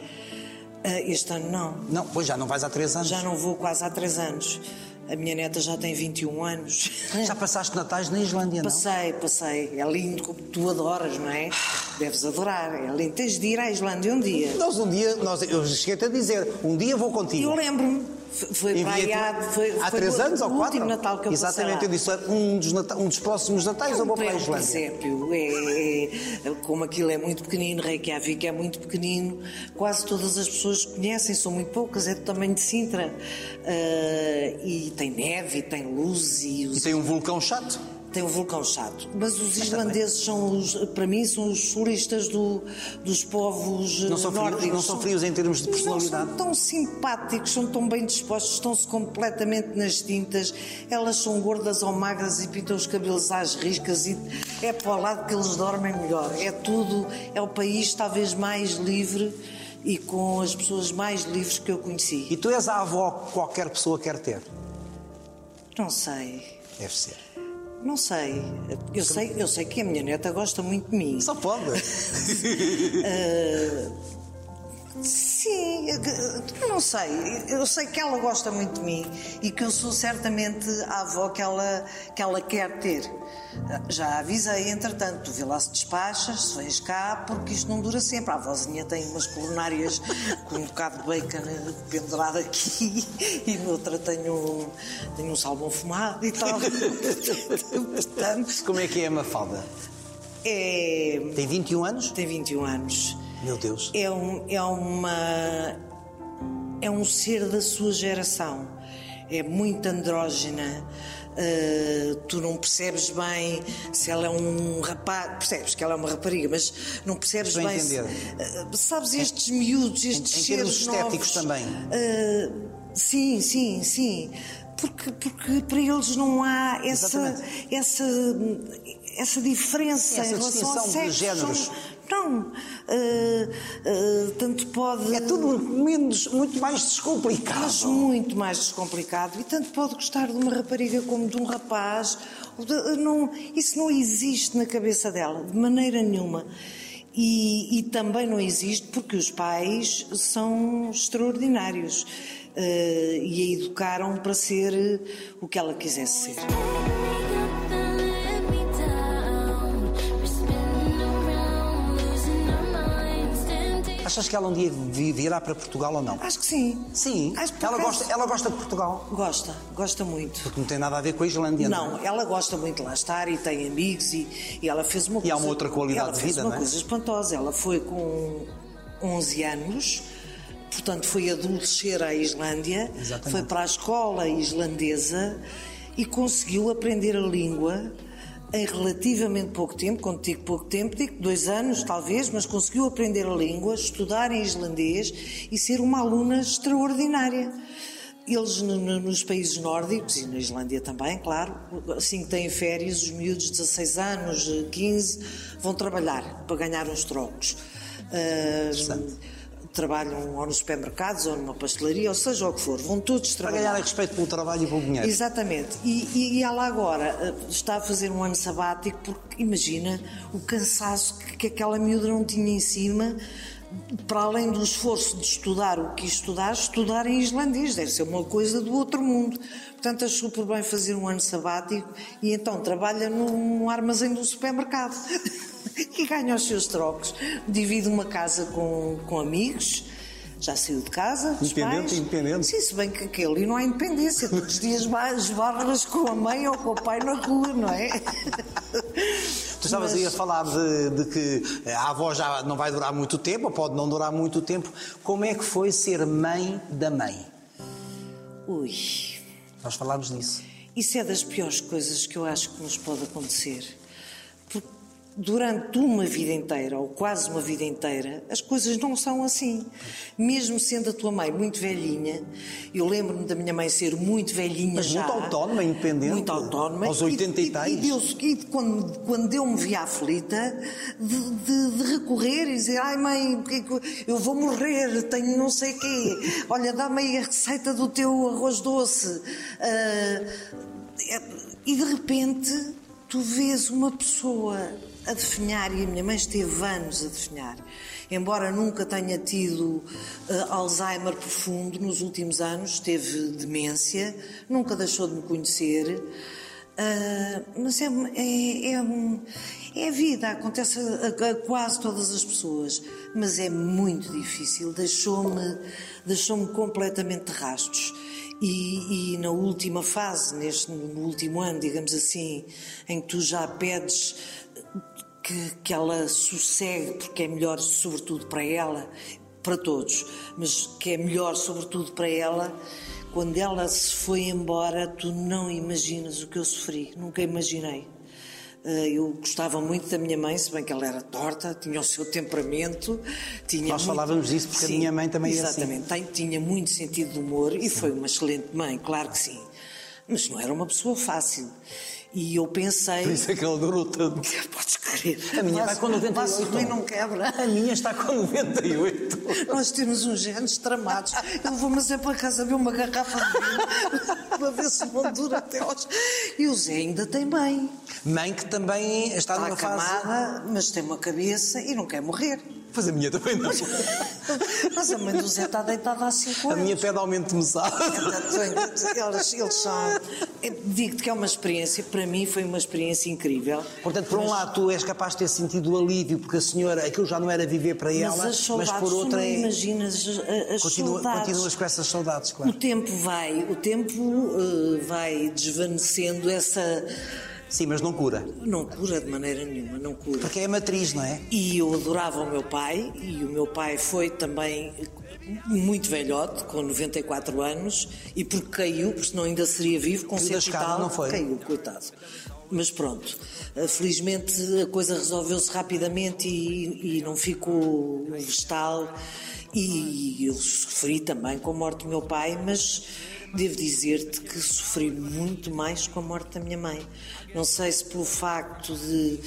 Ah, este ano não. Não, pois já não vais há três anos. Já não vou quase há três anos. A minha neta já tem 21 *laughs* anos. Já passaste Natais na Islândia, não? é? Passei, passei. É lindo como tu adoras, não é? Deves adorar. É lindo. Tens de ir à Islândia um dia. Nós um dia, nós, eu cheguei a dizer, um dia vou contigo. Eu lembro-me. F- Foi para aí Enviei-te- há, foi, há foi três o- anos ou o quatro? último Natal que eu passei Exatamente, lá. eu disse, olha, um dos, Nata- um dos próximos Natais eu vou para a É um Islândia. presépio, é- é- como aquilo é muito pequenino, Reykjavik é muito pequenino, quase todas as pessoas conhecem, são muito poucas, é do tamanho de Sintra. Ah, e tem neve, e tem luz e os E tem um vulcão chato. tem um vulcão chato. Mas os tá islandeses são, os, para mim, são os sulistas do, dos povos eh, Não são frios- nórdicos. não são frios em termos de Não, são personalidade. tão simpáticos, são tão bem dispostos, estão-se completamente nas tintas. Elas são gordas ou magras e pintam os cabelos às riscas e é para o lado que eles dormem melhor. É tudo, é o país talvez mais livre e com as pessoas mais livres que eu conheci. E tu és a avó que qualquer pessoa quer ter. Não sei. Deve ser. Não sei. Eu sei, eu sei que a minha neta gosta muito de mim. Só pode. Sim, eh, eu não sei. Eu sei que ela gosta muito de mim e que eu sou certamente a avó que ela, que ela quer ter. Já a avisei, entretanto, tu vê lá se despachas, se vens cá, porque isto não dura sempre. A avózinha tem umas coronárias *laughs* com um bocado de bacon eh, pendurado aqui *laughs* e noutra tenho um, tenho um salmão fumado e tal. *laughs* Portanto, Como é que é a Mafalda? é, Tem 21 anos? tem 21 anos. Meu Deus. é, um- é uma é um ser da sua geração é muito andrógena eh, tu não percebes bem se ela é um rapaz percebes que ela é uma rapariga mas não percebes Estou a bem se- entender. eh, sabes estes miúdos estes em termos seres estéticos novos, também. eh, sim sim sim porque, porque para eles não há essa, Exatamente. essa, essa diferença Essa em relação ao distinção de sexo. géneros. São- não. Então, eh, eh, tanto pode. É tudo menos, muito mais descomplicado. Mas muito mais descomplicado. E tanto pode gostar de uma rapariga como de um rapaz. Ou de- eh, não- isso não existe na cabeça dela, de maneira nenhuma. E, e também não existe porque os pais são extraordinários eh, e a educaram para ser eh, o que ela quisesse ser. Achas que ela um dia vi- virá para Portugal ou não? Acho que sim. Sim. Acho que por Ela acaso- gosta, ela gosta de Portugal. Gosta, gosta muito. Porque não tem nada a ver com a Islândia. Não, ela gosta muito de lá estar e tem amigos e, e ela fez uma E coisa. há uma outra qualidade ela de fez vida, uma não é? coisa espantosa. Ela foi com 11 anos, portanto foi adolescer à Islândia, Exatamente. foi para a escola islandesa e conseguiu aprender a língua em relativamente pouco tempo, quando digo pouco tempo, digo dois anos talvez, mas conseguiu aprender a língua, estudar em islandês e ser uma aluna extraordinária. Eles no- no- nos países nórdicos e na Islândia também, claro, assim que têm férias, os miúdos de 16 anos, eh, 15, vão trabalhar para ganhar uns trocos. Ah, trabalham ou nos supermercados ou numa pastelaria, ou seja o que for, vão todos Para trabalhar. ganhar é respeito pelo trabalho e pelo dinheiro. Exatamente. E, e- e ela agora eh, está a fazer um ano sabático porque imagina o cansaço que, que aquela miúda não tinha em cima, para além do esforço de estudar o que estudar, estudar em islandês deve ser uma coisa do outro mundo. Portanto, achou por bem fazer um ano sabático e então trabalha num armazém do supermercado *laughs* e ganha os seus trocos. Divide uma casa com, com amigos. Já saiu de casa. dos Independente, pais. independente. Sim, se bem que aquele não há independência, todos os dias mais barras com a mãe ou com o pai na rua, não é? Tu estavas aí a falar de, de que a avó já não vai durar muito tempo, ou pode não durar muito tempo. Como é que foi ser mãe da mãe? Ui, Nós falámos disso. isso é das piores coisas que eu acho que nos pode acontecer. Porque durante uma vida inteira, ou quase uma vida inteira, as coisas não são assim. Mesmo sendo a tua mãe muito velhinha, eu lembro-me da minha mãe ser muito velhinha Mas já. muito autónoma, independente. Muito autónoma. Aos 80 e tais. E deu-se, e quando, quando eu me vi aflita, de, de- de recorrer e dizer, ai mãe, porque é que eu- eu vou morrer, tenho não sei quê, olha, dá-me aí a receita do teu arroz doce. Ah, é- e de repente, tu vês uma pessoa a definhar, e a minha mãe esteve anos a definhar, embora nunca tenha tido ah, Alzheimer profundo nos últimos anos, teve demência, nunca deixou de me conhecer. Ah, mas é, é, é, um- é a vida, acontece a, a quase todas as pessoas, mas é muito difícil, deixou-me deixou completamente de rastos. E, e na última fase, neste no último ano, digamos assim, em que tu já pedes que, que ela sossegue, porque é melhor, sobretudo para ela, para todos, mas que é melhor, sobretudo para ela. Quando ela se foi embora, tu não imaginas o que eu sofri, nunca imaginei. Eh, Eu gostava muito da minha mãe, se bem que ela era torta, tinha o seu temperamento. Tinha Nós falávamos disso porque a minha mãe também era assim. Exatamente, tem- tinha muito sentido de humor e foi uma excelente mãe, claro que sim. Mas não era uma pessoa fácil. E eu pensei. Por *laughs* isso é que ela durou tanto. Podes crer. A minha Vasco- vai com 98. Vasco Rui não quebra. A minha está com 98. Nós temos uns genes tramados. Eu vou-me sempre para casa ver uma garrafa de vinho *laughs* para ver se não dura até hoje. E o Zé ainda tem bem. Mãe que também está, Está numa fase. acamada, mas tem uma cabeça e não quer morrer. Mas a minha também não. Mas a mãe do Zé está deitada há 5 A anos. minha pede aumento de mesada. Portanto, Eles, eles são. eu Digo-te que é uma experiência, para mim foi uma experiência incrível. Portanto, por um lado, tu és capaz de ter sentido alívio, porque a senhora, aquilo já não era viver para mas ela, as saudades, mas por tu outra não é. imaginas as, as Continua, saudades. continuas com essas saudades, O claro. tempo vai, o tempo eh, vai desvanecendo essa. Sim, mas não cura. Não cura de maneira nenhuma, não cura. Porque é matriz, não é? E eu adorava o meu pai, e o meu pai foi também muito velhote, com 94 anos, e porque caiu, porque senão ainda seria vivo, com Caiu da 100 e escada, tal, não foi? caiu, coitado. Mas pronto, eh, felizmente a coisa resolveu-se rapidamente e, e não ficou um vegetal. E eu sofri também com a morte do meu pai, mas devo dizer-te que sofri muito mais com a morte da minha mãe. Não sei se pelo facto de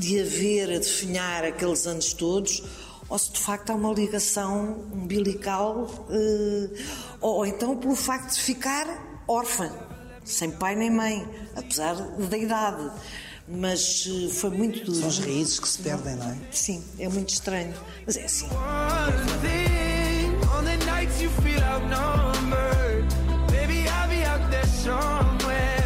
de haver a definhar aqueles anos todos, ou se de facto há uma ligação umbilical, eh, ou, ou então pelo facto de ficar órfã, sem pai nem mãe, apesar da idade. Mas eh, foi muito duro. São as raízes que se perdem, não é? Sim, é muito estranho. Mas é assim. One thing on the nights you feel outnumbered, baby, I'll be out there somewhere.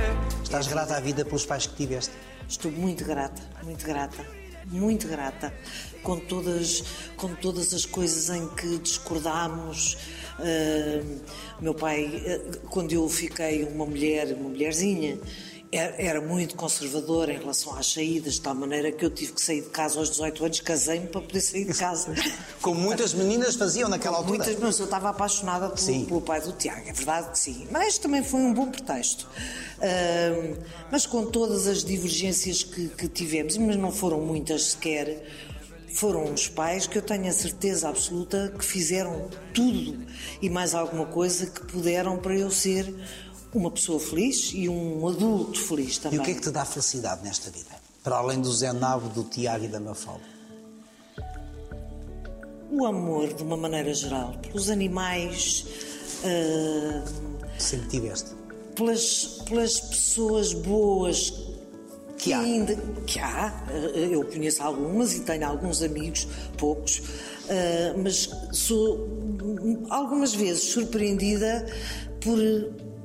Estás grata à vida pelos pais que tiveste. Estou muito grata, muito grata, muito grata com todas, com todas as coisas em que discordámos. Ah, meu pai, eh, quando eu fiquei uma mulher, uma mulherzinha, era, era muito conservador em relação às saídas, de tal maneira que eu tive que sair de casa aos 18 anos, casei-me para poder sair de casa. Como muitas meninas faziam naquela altura. Muitas vezes eu estava apaixonada pelo, Sim. pelo pai do Tiago, é verdade que sim. Mas também foi um bom pretexto. Ahm, mas com todas as divergências que, que tivemos, mas não foram muitas sequer, foram os pais que eu tenho a certeza absoluta que fizeram tudo e mais alguma coisa que puderam para eu ser uma pessoa feliz e um adulto feliz E também. o que é que te dá felicidade nesta vida? Para além do Zé Nabo, do Tiago e da Mafalda. O amor, de uma maneira geral, pelos animais. ah, Sempre tiveste. pelas, pelas pessoas boas que, Que há. ainda que há, eh, eu conheço algumas e tenho alguns amigos, poucos, eh, mas sou hum, algumas vezes surpreendida por,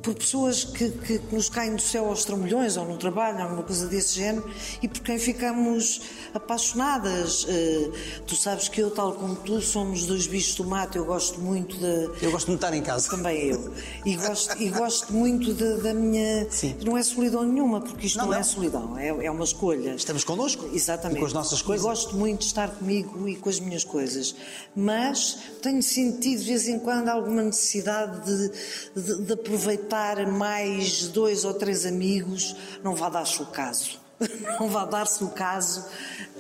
por pessoas que, que- que nos caem do céu aos trambolhões ou num trabalho, alguma coisa desse género, e por quem ficamos apaixonadas. Eh, Tu sabes que eu, tal como tu, somos dois bichos do mato, eu gosto muito da, Eu gosto de não estar em casa. também eu. E gosto, e gosto muito da, da minha. Sim. Não é solidão nenhuma, porque isto Não, não, é não. solidão, é, é uma escolha. Estamos connosco. Exatamente. E com as nossas coisas. E gosto muito de estar comigo e com as minhas coisas. Mas tenho sentido de vez em quando alguma necessidade de, de- de aproveitar mais dois ou três amigos. Não vá dar-se o caso. *laughs* Não vá dar-se o caso.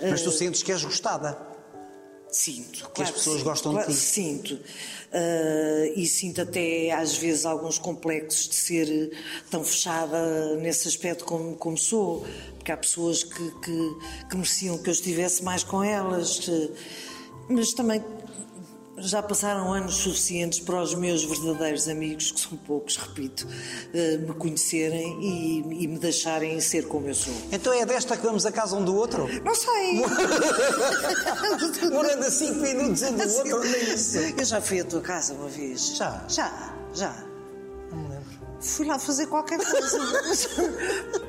Mas tu sentes que és gostada. Sinto. Que as pessoas gostam de ti. Sinto. Ah, e sinto até, às vezes, alguns complexos de ser tão fechada nesse aspecto como, como sou. Porque há pessoas que, que, que mereciam que eu estivesse mais com elas. que- Mas também já passaram anos suficientes para os meus verdadeiros amigos, que são poucos, repito, ah, me conhecerem e, e me deixarem ser como eu sou. Então é desta que vamos a casa um do outro? *laughs* Não sei! *laughs* Morando a 5 minutos um do outro, não é isso? Eu já fui à tua casa uma vez. Já? Já, já. Não me lembro. Fui lá fazer qualquer *laughs* coisa.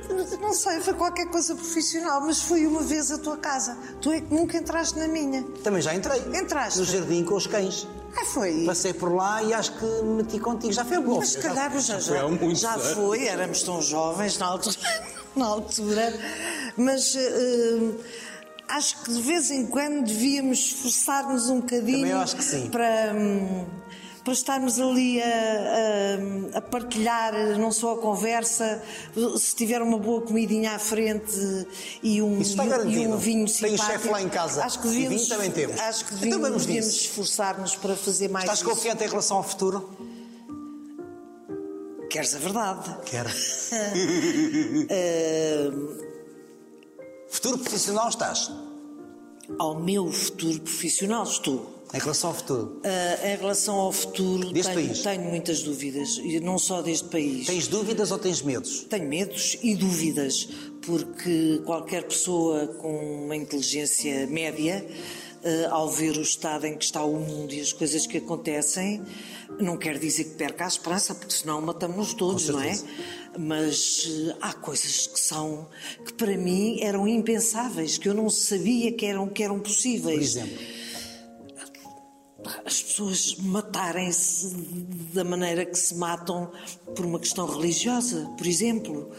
mas- não sei, foi qualquer coisa profissional, mas fui uma vez à tua casa. Tu é que nunca entraste na minha. Também já entrei. Entraste. No jardim com os cães. Ah, foi. Passei por lá e acho que meti contigo. Já foi bom. Mas se calhar eu já, foi há já, muitos já anos. foi, éramos tão jovens na altura, *laughs* na altura mas eh, acho que de vez em quando devíamos esforçar-nos um bocadinho acho que sim. para, hum, para estarmos ali a, a- a partilhar não só a conversa, se tiver uma boa comidinha à frente e um, Isso está e um- e garantido. um vinho Tem simpático. chefe lá em casa. Acho que E vinho devíamos, também temos. Acho que Então devíamos, vamos nisso. devíamos esforçar-nos para fazer mais Estás isso. confiante em relação ao futuro? Queres a verdade? *laughs* Quero. futuro profissional estás? Ao meu futuro profissional estou. Em relação ao futuro. Ah, em relação ao futuro, Deste país. tenho, tenho muitas dúvidas, e não só deste país. Tens dúvidas ou tens medos? Tenho medos e dúvidas, porque qualquer pessoa com uma inteligência média, eh, ao ver o estado em que está o mundo e as coisas que acontecem, não quer dizer que perca a esperança, porque senão matamos-nos todos, Com não é? certeza. Mas eh, há coisas que são, que para mim eram impensáveis, que eu não sabia que eram, que eram possíveis Por exemplo. as pessoas matarem-se da maneira que se matam por uma questão religiosa, por exemplo.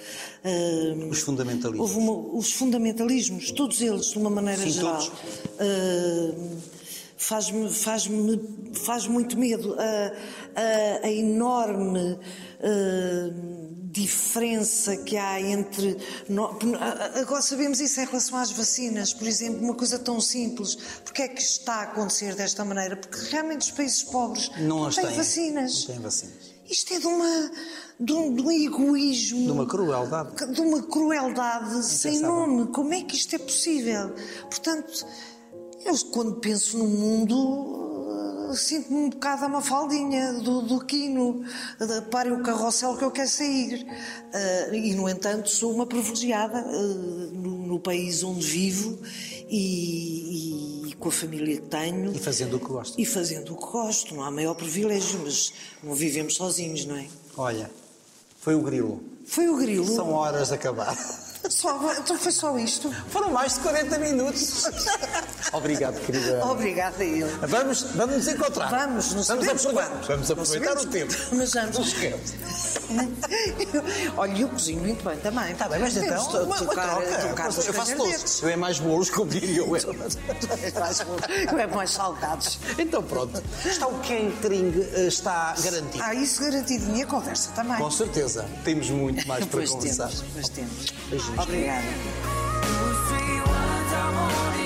Hum, Ahm, Os fundamentalistas. Houve uma- os fundamentalismos, todos eles, de uma maneira Sim, geral. todos. Ahm, Faz-me faz-me- faz muito medo a, a- a enorme ahm, diferença que há entre. nó- Agora sabemos isso em relação às vacinas, por exemplo, uma coisa tão simples. Porquê é que está a acontecer desta maneira? Porque realmente os países pobres Não as têm têm. vacinas. Não têm vacinas. Isto é de, uma, de, um, de um egoísmo. De uma crueldade. De uma crueldade sem Impensável. nome. Como é que isto é possível? Portanto, eu quando penso no mundo, eh, sinto-me um bocado a mafaldinha do, do quino. De, pare o carrossel que eu quero sair. Eh, e, no entanto, sou uma privilegiada eh, no, no país onde vivo e, e com a família que tenho. E fazendo o que gosto. E fazendo o que gosto, não há maior privilégio, mas não vivemos sozinhos, não é? Olha, foi o grilo. Foi o grilo. São horas de acabar. Só- então foi só isto. *laughs* Foram mais de 40 minutos. *laughs* Obrigado, querida. Obrigada a ele. Vamos, vamos nos encontrar. Vamos, não Tá. vamos sabemos aproveitar, quando. vamos Não aproveitar o tempo. sabemos- Mas Não vamos. esquece. *laughs* Olha, eu cozinho muito bem também. Está bem, mas Temos então, de uma, uma tocar- eh, troca. tocar nos eu faço candeeiros. todos. Eu é mais bolos, como diria eu. *laughs* Eu é mais salgados. Então pronto. Está o catering, eh, está garantido. Ah, isso garantido. Minha conversa também. Com certeza. Temos muito mais para Pois conversar. temos, pois temos. Beijinhos. Obrigada. Those three words I wanted.